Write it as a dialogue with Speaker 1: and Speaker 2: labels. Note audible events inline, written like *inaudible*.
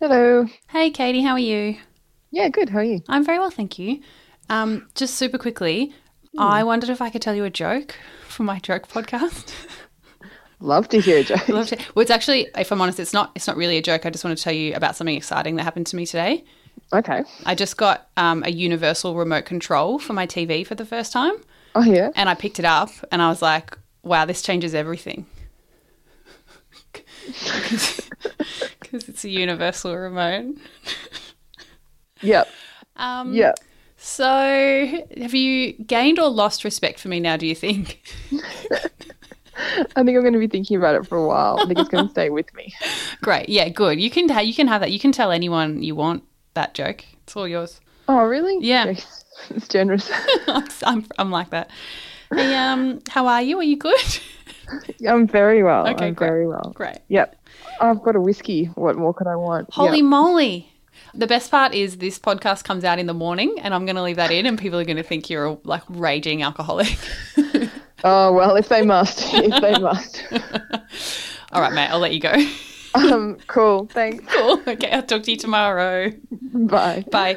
Speaker 1: Hello.
Speaker 2: Hey, Katie, how are you?
Speaker 1: Yeah, good. How are you?
Speaker 2: I'm very well, thank you. Um, just super quickly, I wondered if I could tell you a joke from my joke podcast. *laughs*
Speaker 1: Love to hear a joke.
Speaker 2: Love to- well, it's actually, if I'm honest, it's not. It's not really a joke. I just want to tell you about something exciting that happened to me today.
Speaker 1: *laughs* Okay.
Speaker 2: I just got um, a universal remote control for my TV for the first time,
Speaker 1: Oh, yeah.
Speaker 2: and I picked it up, and I was like, "Wow, this changes everything." *laughs* Because it's a universal remote.
Speaker 1: Yep.
Speaker 2: Um,
Speaker 1: Yep.
Speaker 2: So, have you gained or lost respect for me now, do you think? *laughs*
Speaker 1: I think I'm going to be thinking about it for a while. I think it's going to stay with me.
Speaker 2: Great. Yeah, good. You can ha- you can have that. You can tell anyone you want that joke. It's all yours.
Speaker 1: *laughs*
Speaker 2: *laughs*
Speaker 1: Oh, really?
Speaker 2: Yeah.
Speaker 1: Yes. *laughs* It's generous. *laughs*
Speaker 2: I'm, I'm like that. Hey, um, how are you? Are you good? *laughs*
Speaker 1: I'm very well.
Speaker 2: Okay,
Speaker 1: I'm
Speaker 2: great.
Speaker 1: very well.
Speaker 2: Great.
Speaker 1: Yep. I've got a whiskey. What more could I want?
Speaker 2: Holy
Speaker 1: Yep.
Speaker 2: moly. The best part is this podcast comes out in the morning and I'm going to leave that in and people are going to think you're a like raging alcoholic. *laughs*
Speaker 1: Oh, well, if they *laughs* must. if they *laughs* must.
Speaker 2: all right, mate, I'll let you go. *laughs*
Speaker 1: Um, cool. Thanks. *laughs*
Speaker 2: cool. Okay, I'll talk to you tomorrow.
Speaker 1: Bye.
Speaker 2: Bye.